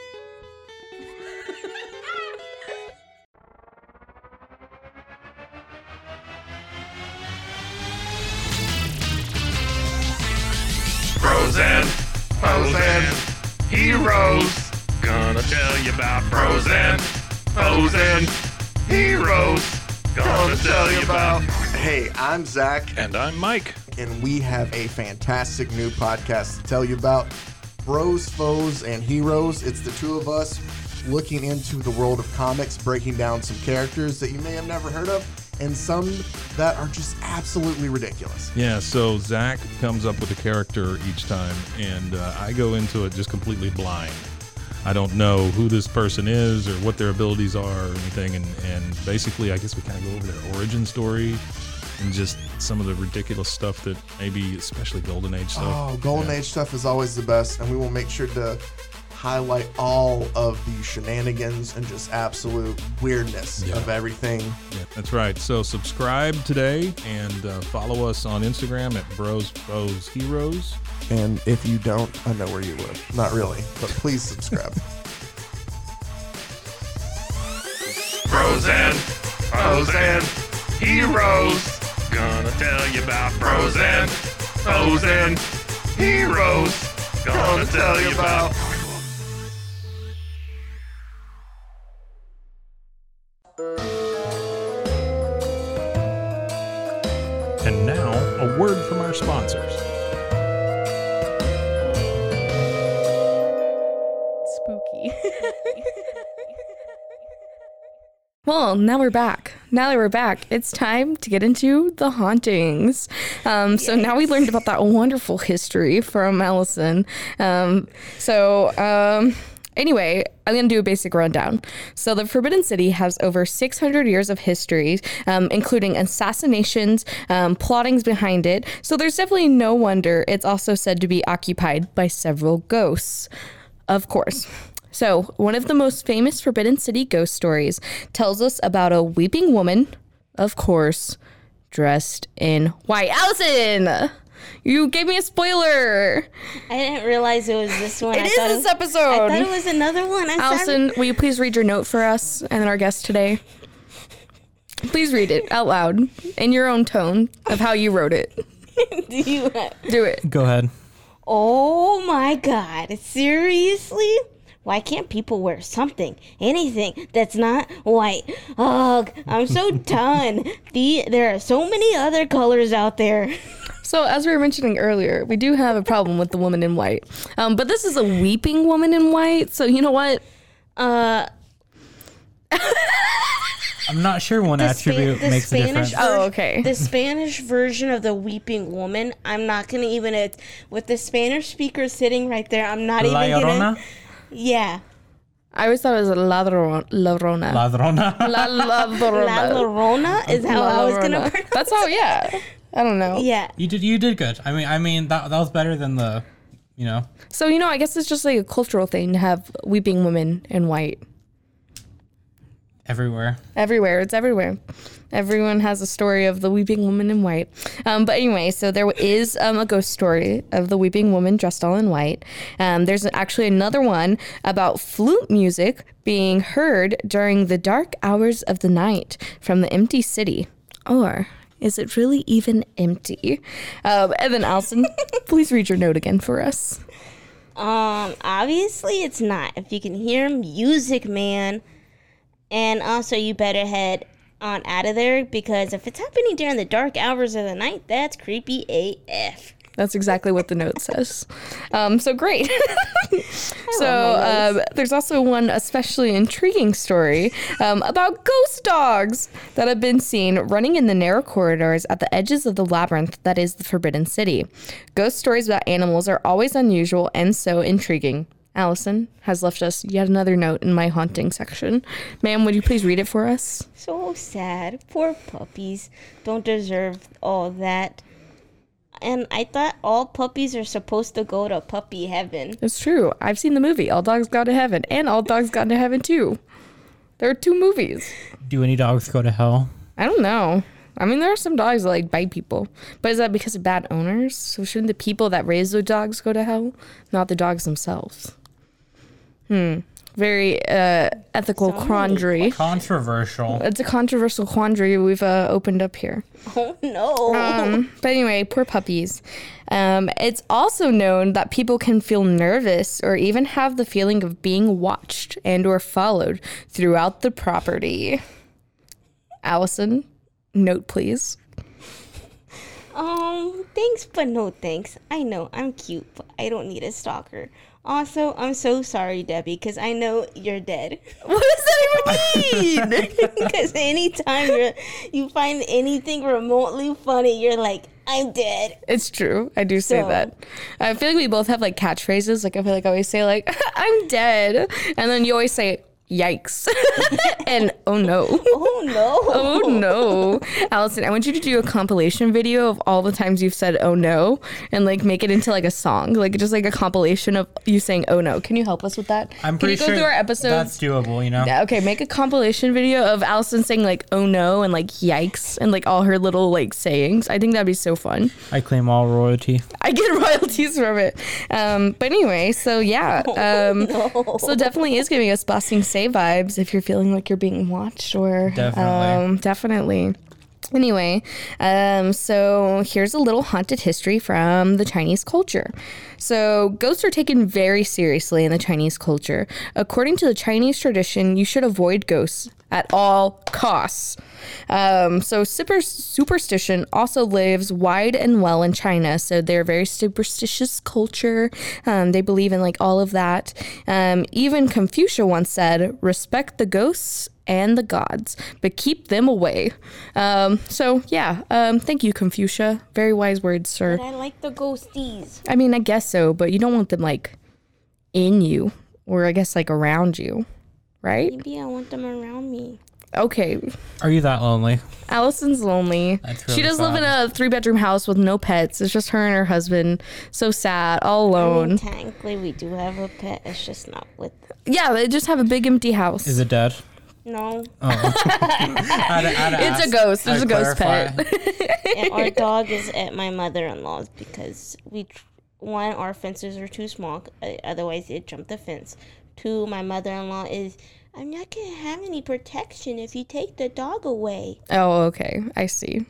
Speaker 6: Frozen, frozen heroes. Gonna tell you about frozen, frozen heroes. Gonna tell you about.
Speaker 7: Hey, I'm Zach,
Speaker 4: And I'm Mike.
Speaker 7: and we have a fantastic new podcast to tell you about Bros, Foes, and Heroes. It's the two of us looking into the world of comics, breaking down some characters that you may have never heard of, and some that are just absolutely ridiculous.
Speaker 4: Yeah, so Zach comes up with a character each time, and uh, I go into it just completely blind. I don't know who this person is or what their abilities are or anything, and, and basically, I guess we kind of go over their origin story and just some of the ridiculous stuff that maybe, especially Golden Age stuff.
Speaker 7: Oh, Golden
Speaker 4: Yeah.
Speaker 7: Age stuff is always the best, and we will make sure to highlight all of the shenanigans and just absolute weirdness
Speaker 4: Yeah.
Speaker 7: of everything.
Speaker 4: Yeah, that's right. So subscribe today and uh, follow us on Instagram at Bros Bows Heroes.
Speaker 7: And if you don't, I know where you live. Not really, but please subscribe.
Speaker 6: Frozen, frozen heroes. Gonna tell you about frozen, frozen heroes. Gonna tell you about.
Speaker 4: And now, a word from our sponsors.
Speaker 2: Spooky.
Speaker 1: (laughs) Well, now we're back. Now that we're back, it's time to get into the hauntings. Um, So now we learned about that wonderful history from Allison. Um, so. Um, Anyway, I'm going to do a basic rundown. So, the Forbidden City has over 600 years of history, um, including assassinations, um, plottings behind it. So, there's definitely no wonder it's also said to be occupied by several ghosts. Of course. So, one of the most famous Forbidden City ghost stories tells us about a weeping woman, of course, dressed in white. Allison! You gave me a spoiler!
Speaker 2: I didn't realize (laughs) it was this one.
Speaker 1: It
Speaker 2: I
Speaker 1: is
Speaker 2: thought
Speaker 1: this
Speaker 2: I
Speaker 1: episode!
Speaker 2: thought it was another one. I thought- (laughs)
Speaker 1: Allison, will you please read your note for us and our guest today? Please read it out loud in your own tone of how you wrote it.
Speaker 2: do you?
Speaker 1: Do it.
Speaker 3: Go ahead.
Speaker 2: Oh my God! Seriously? Why can't people wear something, anything that's not white? Ugh! I'm so done. The there are so many other colors out there.
Speaker 1: So, as we were mentioning earlier, we do have a problem with the woman in white. Um, but this is a weeping woman in white. So, you know what?
Speaker 2: Uh,
Speaker 3: I'm not sure one
Speaker 2: the, Spa-
Speaker 3: attribute
Speaker 2: the
Speaker 3: makes a
Speaker 2: Spanish.
Speaker 3: difference.
Speaker 1: Oh,
Speaker 2: ver-
Speaker 1: okay.
Speaker 2: The Spanish version of the weeping woman. I'm not gonna even it with the Spanish speaker sitting right there. I'm not
Speaker 3: La
Speaker 2: even
Speaker 3: Llorona?
Speaker 2: gonna. Yeah.
Speaker 1: I always thought it was a ladron, ladrona.
Speaker 3: Ladrona.
Speaker 1: La
Speaker 2: La
Speaker 1: ladrona.
Speaker 2: Llorona is how I was
Speaker 1: Ladrona.
Speaker 2: gonna pronounce.
Speaker 1: That's how, yeah. I don't know.
Speaker 2: Yeah.
Speaker 3: you did you did good. I mean I mean that that was better than the you know.
Speaker 1: So, you know, I guess it's just like a cultural thing to have weeping women in white
Speaker 3: Everywhere.
Speaker 1: everywhere. It's everywhere. Everyone has a story of the weeping woman in white. Um, but anyway, so there is um, a ghost story of the weeping woman dressed all in white. Um, there's actually another one about flute music being heard during the dark hours of the night from the empty city. Or is it really even empty? Um, and then, Allison, please read your note again for us.
Speaker 2: Um, obviously it's not. If you can hear music, man. And also, you better head on out of there because if it's happening during the dark hours of the night, that's creepy AF.
Speaker 1: That's exactly what the note says. Um, so great. (laughs) so um, there's also one especially intriguing story um, about ghost dogs that have been seen running in the narrow corridors at the edges of the labyrinth that is the Forbidden City. Ghost stories about animals are always unusual and so intriguing. Allison has left us yet another note in my haunting section. Ma'am, would you please read it for us?
Speaker 2: So sad. Poor puppies don't deserve all that. And I thought all puppies are supposed to go to puppy heaven. (laughs)
Speaker 1: It's true. I've seen the movie All Dogs Gone to Heaven and All Dogs Gone to Heaven too. There are two movies.
Speaker 3: Do any dogs go to hell?
Speaker 1: I don't know. I mean, there are some dogs that like bite people, but is that because of bad owners? So shouldn't the people that raise the dogs go to hell, not the dogs themselves? Hmm. Very uh, ethical quandary.
Speaker 3: Controversial.
Speaker 1: It's a controversial quandary we've uh, opened up here.
Speaker 2: Oh no.
Speaker 1: Um, but anyway, poor puppies. Um, it's also known that people can feel nervous or even have the feeling of being watched and or followed throughout the property. Allison, note please.
Speaker 2: Um, thanks, but no thanks. I know I'm cute, but I don't need a stalker. Also, I'm so sorry, Debbie, because I know you're dead.
Speaker 1: (laughs) What does that even mean?
Speaker 2: (laughs) Because anytime you you find anything remotely funny, you're like, I'm dead.
Speaker 1: It's true. I do say
Speaker 2: So-
Speaker 1: that. I feel like we both have like catchphrases. Like I feel like I always say like (laughs) I'm dead, and then you always say yikes, (laughs) and oh no.
Speaker 2: Oh no.
Speaker 1: Oh no. Allison, I want you to do a compilation video of all the times you've said oh no and like make it into like a song. Like just like a compilation of you saying oh no. Can you help us with that?
Speaker 3: I'm
Speaker 1: Can
Speaker 3: pretty
Speaker 1: you go
Speaker 3: sure
Speaker 1: through our episodes?
Speaker 3: that's doable. You know,
Speaker 1: Yeah, okay, make a compilation video of Allison saying like oh no and like yikes and like all her little like sayings. I think that'd be so fun.
Speaker 3: I claim all royalty.
Speaker 1: I get (laughs) royalties from it. Um, but anyway, so yeah. (laughs)
Speaker 2: (laughs)
Speaker 1: Um, So definitely is giving us busting say vibes if you're feeling like you're being watched or
Speaker 3: Definitely.
Speaker 1: Um, definitely. Anyway, um, so here's a little haunted history from the Chinese culture. So, ghosts are taken very seriously in the Chinese culture. According to the Chinese tradition, you should avoid ghosts at all costs. Um, so, super- superstition also lives wide and well in China. So, they're a very superstitious culture. Um, they believe in like all of that. Um, even Confucius once said, respect the ghosts and the gods, but keep them away. Um, so, yeah. Um, thank you, Confucius. Very wise words, sir.
Speaker 2: I like the ghosties.
Speaker 1: I mean, I guess so, but you don't want them like in you or I guess like around you, right?
Speaker 2: Maybe I want them around me.
Speaker 1: Okay.
Speaker 3: Are you that lonely?
Speaker 1: Allison's lonely.
Speaker 3: That's
Speaker 1: she
Speaker 3: really
Speaker 1: does live in a three bedroom house with no pets. It's just her and her husband. So sad, all alone.
Speaker 2: Technically, we do have a pet. It's just not with.
Speaker 1: Yeah, they just have a big empty house.
Speaker 3: Is it dead?
Speaker 2: No.
Speaker 3: I'd- I'd
Speaker 1: It's a
Speaker 3: ask.
Speaker 1: ghost. It's
Speaker 3: I'd
Speaker 1: a ghost
Speaker 3: clarify.
Speaker 1: (laughs)
Speaker 2: and our dog is at my mother-in-law's because we tr- one our fences are too small uh, otherwise it jumped the fence two my mother-in-law is i'm not gonna have any protection if you take the dog away
Speaker 1: oh, okay. I see.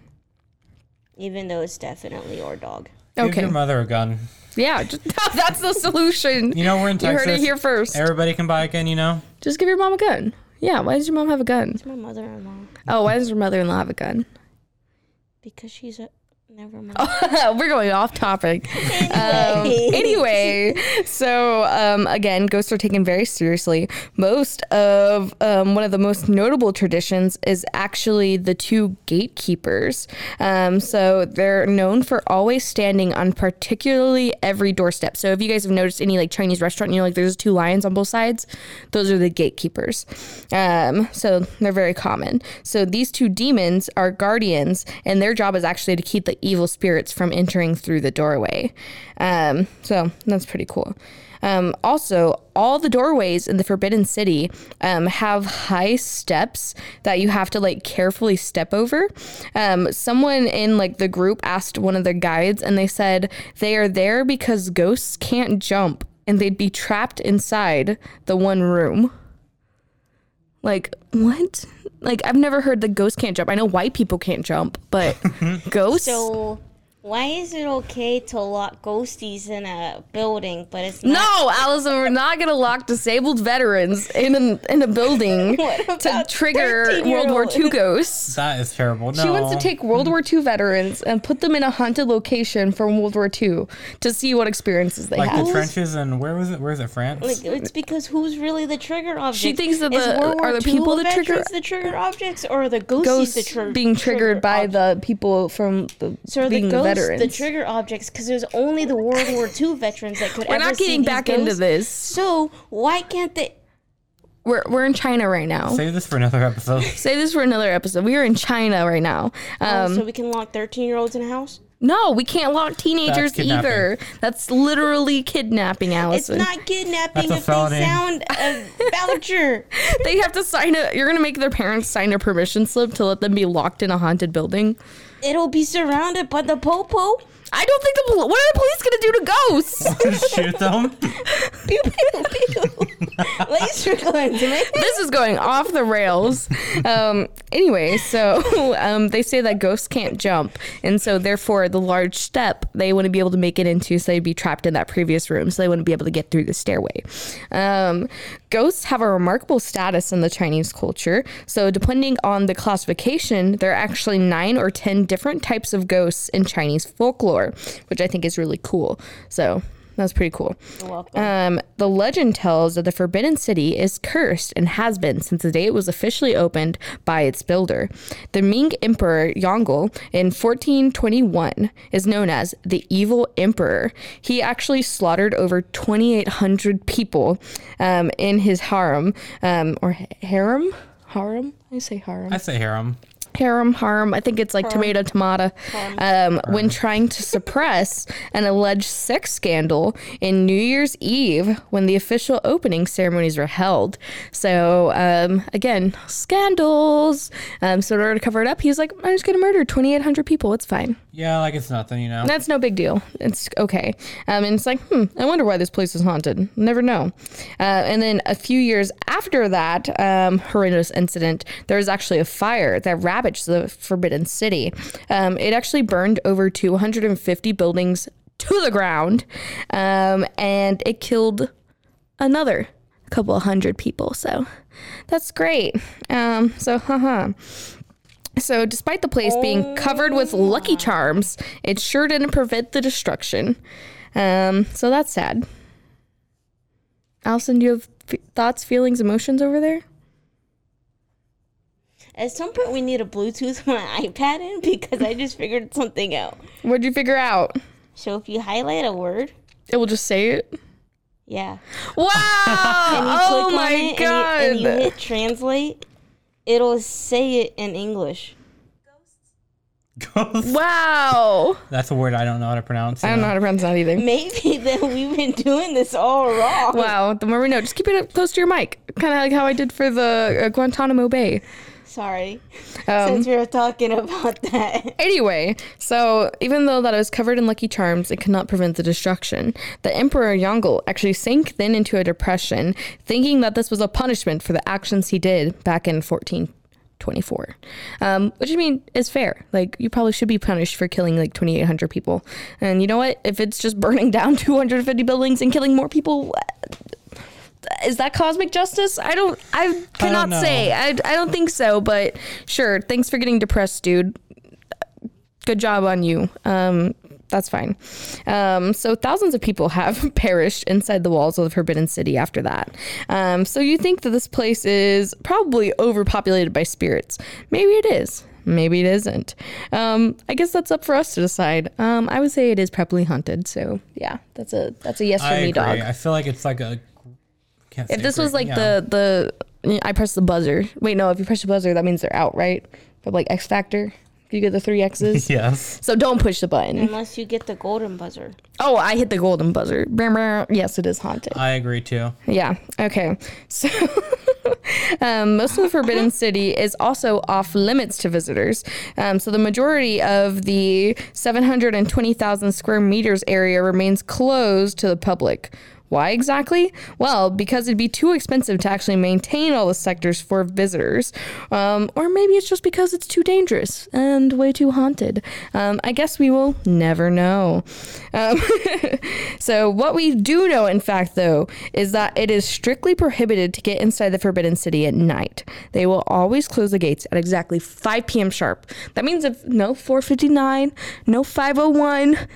Speaker 2: even though it's definitely our dog
Speaker 3: Give
Speaker 1: Okay.
Speaker 3: your mother a gun.
Speaker 1: Yeah, just, (laughs) that's the solution.
Speaker 3: You know we're in
Speaker 1: You heard
Speaker 3: Texas.
Speaker 1: it here first.
Speaker 3: Everybody can buy a gun. You know.
Speaker 1: Just give your mom a gun. Yeah, why does your mom have a gun?
Speaker 2: it's my mother-in-law
Speaker 1: Oh, why does your mother in law have a gun?
Speaker 2: because she's a never mind
Speaker 1: (laughs) We're going off topic. Um, anyway, so um, again, ghosts are taken very seriously. Most of um, one of the most notable traditions is actually the two gatekeepers. Um, so they're known for always standing on particularly every doorstep. So if you guys have noticed any like Chinese restaurant, and you're like, there's two lions on both sides. Those are the gatekeepers. Um, so they're very common. So these two demons are guardians, and their job is actually to keep the evil spirits from entering through the doorway. Um, so that's pretty cool. Um, also, all the doorways in the Forbidden City um, have high steps that you have to like carefully step over. Um, someone in like the group asked one of the guides, and they said they are there because ghosts can't jump and they'd be trapped inside the one room. Like, what?
Speaker 3: (laughs)
Speaker 1: Like, I've never heard the ghost can't jump. I know white people can't jump, but ghosts?
Speaker 2: so Why is it okay to lock ghosties in a building, but it's not?
Speaker 1: No, Allison, we're not going to lock disabled veterans in a, in a
Speaker 2: (laughs)
Speaker 1: building to
Speaker 2: about
Speaker 1: trigger World War
Speaker 2: 13-year-olds?
Speaker 1: II ghosts.
Speaker 3: That is terrible. No.
Speaker 1: She wants to take World War II veterans and put them in a haunted location from World War II to see what experiences they
Speaker 3: like
Speaker 1: have.
Speaker 3: the trenches and where was it? Where is it? France.
Speaker 2: Like, it's because who's really the trigger object?
Speaker 1: thinks that
Speaker 2: Is
Speaker 1: the-
Speaker 2: World War
Speaker 1: are the
Speaker 2: II
Speaker 1: people the trigger-
Speaker 2: veterans the trigger objects, or are the ghosties
Speaker 1: Ghosts
Speaker 2: the trigger?
Speaker 1: being triggered by
Speaker 2: object?
Speaker 1: the people from the,
Speaker 2: So are the
Speaker 1: being the,
Speaker 2: ghosts
Speaker 1: veterans.
Speaker 2: the trigger objects? Because there's only the World War II veterans that could.
Speaker 1: We're
Speaker 2: ever
Speaker 1: not
Speaker 2: see
Speaker 1: getting
Speaker 2: these
Speaker 1: back into
Speaker 2: ghosts.
Speaker 1: this.
Speaker 2: So why can't they?
Speaker 1: We're, we're in China right now.
Speaker 3: Save this for
Speaker 1: (laughs)
Speaker 3: another episode. (laughs)
Speaker 1: Say this for another episode. We are in China right now.
Speaker 2: Oh,
Speaker 1: Um,
Speaker 2: so we can lock 13 year olds in a house?
Speaker 1: no, we can't lock teenagers
Speaker 3: kidnapping.
Speaker 1: either. That's literally kidnapping,
Speaker 2: It's
Speaker 1: Allison.
Speaker 2: not kidnapping
Speaker 3: That's a
Speaker 2: if they
Speaker 3: felony.
Speaker 2: sound a
Speaker 1: (laughs)
Speaker 2: voucher.
Speaker 1: they have to sign a. You're gonna make their parents sign a permission slip to let them be locked in a haunted building.
Speaker 2: It'll be surrounded by the popo.
Speaker 1: (laughs)
Speaker 2: (laughs)
Speaker 1: I don't think the. pol- What are the police gonna do to ghosts?
Speaker 3: Shoot them.
Speaker 2: Pew (laughs)
Speaker 1: (laughs)
Speaker 2: pew pew. Laser guns, man.
Speaker 1: this is going off the rails. Um, anyway, so (laughs) um, they say that ghosts can't jump, and so therefore the large step they wouldn't be able to make it into, so they'd be trapped in that previous room, so they wouldn't be able to get through the stairway. Um, ghosts have a remarkable status in the Chinese culture. So depending on the classification, there are actually nine or ten different types of ghosts in Chinese folklore, which I think is really cool. So. That's pretty cool. Um, the legend tells that the Forbidden City is cursed and has been since the day it was officially opened by its builder. The Ming Emperor Yongle in 1421 is known as the Evil Emperor. He actually slaughtered over 2,800 people um, in his harem um, or ha- harem. Harem? I say harem.
Speaker 3: I say harem.
Speaker 1: Harem, harm. I think it's like tomato, tomato. Um, when trying to suppress an alleged sex scandal in New Year's Eve when the official opening ceremonies were held. So, um, again, scandals. Um, so, in order to cover it up, he's like, I'm just going to murder 2,800 people. It's fine.
Speaker 3: Yeah, like it's nothing, you know. (laughs)
Speaker 1: That's no big deal. It's okay. Um, and it's like, hmm, I wonder why this place is haunted. Never know. Uh, and then a few years after that um, horrendous incident, there was actually a fire that ravaged the Forbidden City. Um, it actually burned over 250 buildings to the ground, um, and it killed another couple hundred people. So that's great. Um, so, haha. So, despite the place being covered with
Speaker 2: Oh.
Speaker 1: lucky charms, it sure didn't prevent the destruction. Um, so that's sad. Allison, do you have f- thoughts, feelings, emotions over there?
Speaker 2: At some point, we need to Bluetooth my iPad in because I just figured something out.
Speaker 1: What'd you figure out?
Speaker 2: So if you highlight a word,
Speaker 1: It will just say it.
Speaker 2: yeah.
Speaker 1: Wow!
Speaker 2: (laughs) And you
Speaker 1: oh
Speaker 2: click on it
Speaker 1: my
Speaker 2: and you-
Speaker 1: god!
Speaker 2: And you, hit translate, it'll say it in English.
Speaker 3: Ghost.
Speaker 1: wow!
Speaker 3: That's a word I don't know how to pronounce.
Speaker 1: I don't know how to pronounce that either.
Speaker 2: Maybe (laughs) that we've been doing this all wrong.
Speaker 1: Wow, the more we know. Just keep it up close to your mic. Kind of like how I did for the uh, Guantanamo Bay.
Speaker 2: Sorry.
Speaker 1: Um,
Speaker 2: Since we were talking about that.
Speaker 1: Anyway, so even though that it was covered in lucky charms, it could not prevent the destruction. The Emperor Yongle actually sank then into a depression, thinking that this was a punishment for the actions he did back in 1424, um, which I mean is fair. Like you probably should be punished for killing like 2,800 people, and you know what? If it's just burning (laughs) down 250 buildings and killing more people. Is that cosmic justice? I don't. I cannot
Speaker 3: know.
Speaker 1: say. I, I don't think so. But sure. Thanks for getting depressed, dude good job on you. Um, that's fine. Um, so thousands of people (laughs) have perished inside the walls of the Forbidden City after that. Um, so you think that this place is probably overpopulated by spirits? Maybe it is. Maybe it isn't. Um, I guess that's up for us to decide. Um, I would say it is probably haunted. So yeah, that's a that's a yes for
Speaker 3: I
Speaker 1: me,
Speaker 3: agree.
Speaker 1: dog.
Speaker 3: I feel like it's like a. Can't
Speaker 1: if
Speaker 3: say
Speaker 1: this
Speaker 3: great-
Speaker 1: was like
Speaker 3: yeah.
Speaker 1: the the I press the buzzer. Wait, no. If you press the buzzer, that means they're out, right? But like X Factor, you get the three
Speaker 3: (laughs)
Speaker 1: X's.
Speaker 3: Yes.
Speaker 1: So don't push the button.
Speaker 2: Unless you get the golden buzzer.
Speaker 1: Oh, I hit the golden buzzer. Brr, brr. Yes, it is haunted.
Speaker 3: I agree too.
Speaker 1: Yeah. Okay. So, (laughs) um, most of the Forbidden City is also off limits to visitors. Um, so, the majority of the 720,000 square meters area remains closed to the public. Why exactly? Well, because it'd be too expensive to actually maintain all the sectors for visitors. Um, or maybe it's just because it's too dangerous and way too haunted. Um, I guess we will never know. Um, so, what we do know, in fact, though, is that it is strictly prohibited to get inside the Forbidden City at night. They will always close the gates at exactly 5 p.m. sharp. That means if no 459, no 501,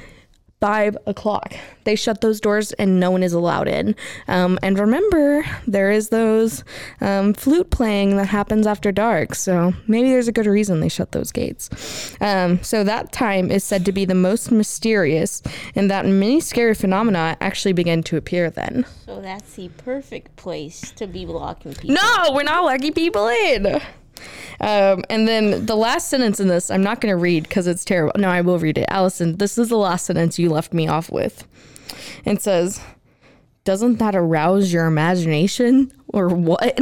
Speaker 1: five o'clock. They shut those doors and no one is allowed in. Um, and remember, there is those um, flute playing that happens after dark. So maybe there's a good reason they shut those gates. Um, so that time is said to be the most mysterious, and that many scary phenomena actually begin to appear then.
Speaker 2: So that's the perfect place to be blocking people.
Speaker 1: No, we're not lucky people in. Um, and then the last sentence in this, I'm not going to read because it's terrible. No, I will read it. Allison, this is the last sentence you left me off with. It says, Doesn't that arouse your imagination or what?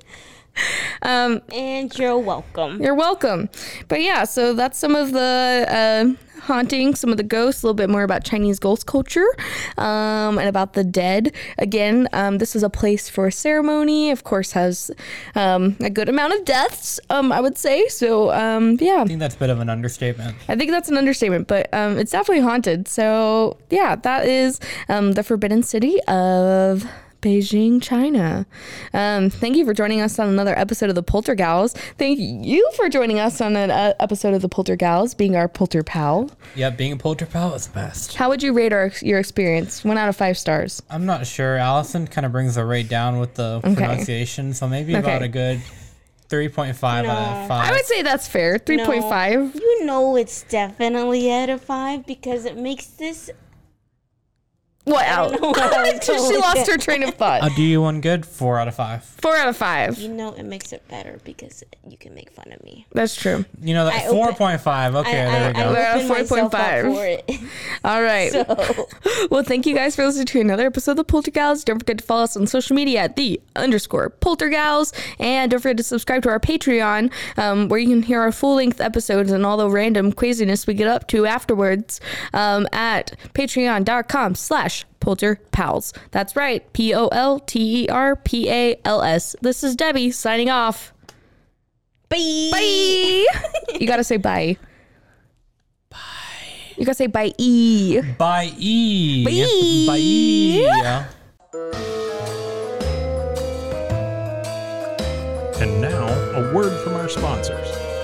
Speaker 1: (laughs)
Speaker 2: And you're welcome.
Speaker 1: You're welcome. But yeah, so that's some of the uh, haunting, some of the ghosts, a little bit more about Chinese ghost culture um, and about the dead. Again, um, this is a place for a ceremony. Of course, has um, a good amount of deaths, um, I would say. So um, yeah,
Speaker 3: I think that's a bit of an understatement.
Speaker 1: I think that's an understatement, but um, it's definitely haunted. So yeah, that is um, the Forbidden City of Beijing, China. Um, thank you for joining us on another episode of the Poltergals. Thank you for joining us on an uh, episode of the Poltergals, being our Polter pal.
Speaker 3: Yeah, being a polter pal is best.
Speaker 1: How would you rate our your experience? One out of five stars.
Speaker 3: I'm not sure. Allison kind of brings the rate down with the pronunciation, so maybe about
Speaker 1: Okay.
Speaker 3: a good 3.5 out of 5.
Speaker 1: I would say that's fair. Three point five.
Speaker 2: You know it's definitely out of five because it makes this.
Speaker 1: What out?
Speaker 2: know where I was going
Speaker 1: (laughs) she
Speaker 2: with
Speaker 1: lost
Speaker 2: it.
Speaker 1: her train of
Speaker 3: I'll
Speaker 1: thought.
Speaker 3: do you one good 4 out of 5.
Speaker 1: Four out of five.
Speaker 2: You know it makes it better because you can make fun of me.
Speaker 1: That's true.
Speaker 3: You know,
Speaker 2: I
Speaker 3: that
Speaker 2: open-
Speaker 3: 4.5. Okay, there we
Speaker 2: I, I,
Speaker 3: go.
Speaker 1: We're
Speaker 2: I
Speaker 1: at
Speaker 2: opened myself up
Speaker 1: 4.5.
Speaker 2: for it. (laughs)
Speaker 1: All right.
Speaker 2: So
Speaker 1: (laughs) Well, thank you guys for listening to another episode of the Poltergals. Don't forget to follow us on social media at the underscore Poltergals. And don't forget to subscribe to our Patreon, um, where you can hear our full length episodes and all the random craziness we get up to afterwards um, at patreon.com slash polterpals. That's right, P O L T E R P A L S. This is Debbie signing off.
Speaker 2: bye. (laughs)
Speaker 1: Bye. you got to say bye. Bye. You got to say bye. E.
Speaker 3: Bye. E.
Speaker 2: E.
Speaker 1: Bye.
Speaker 3: Bye.
Speaker 4: And now, a word from our sponsors.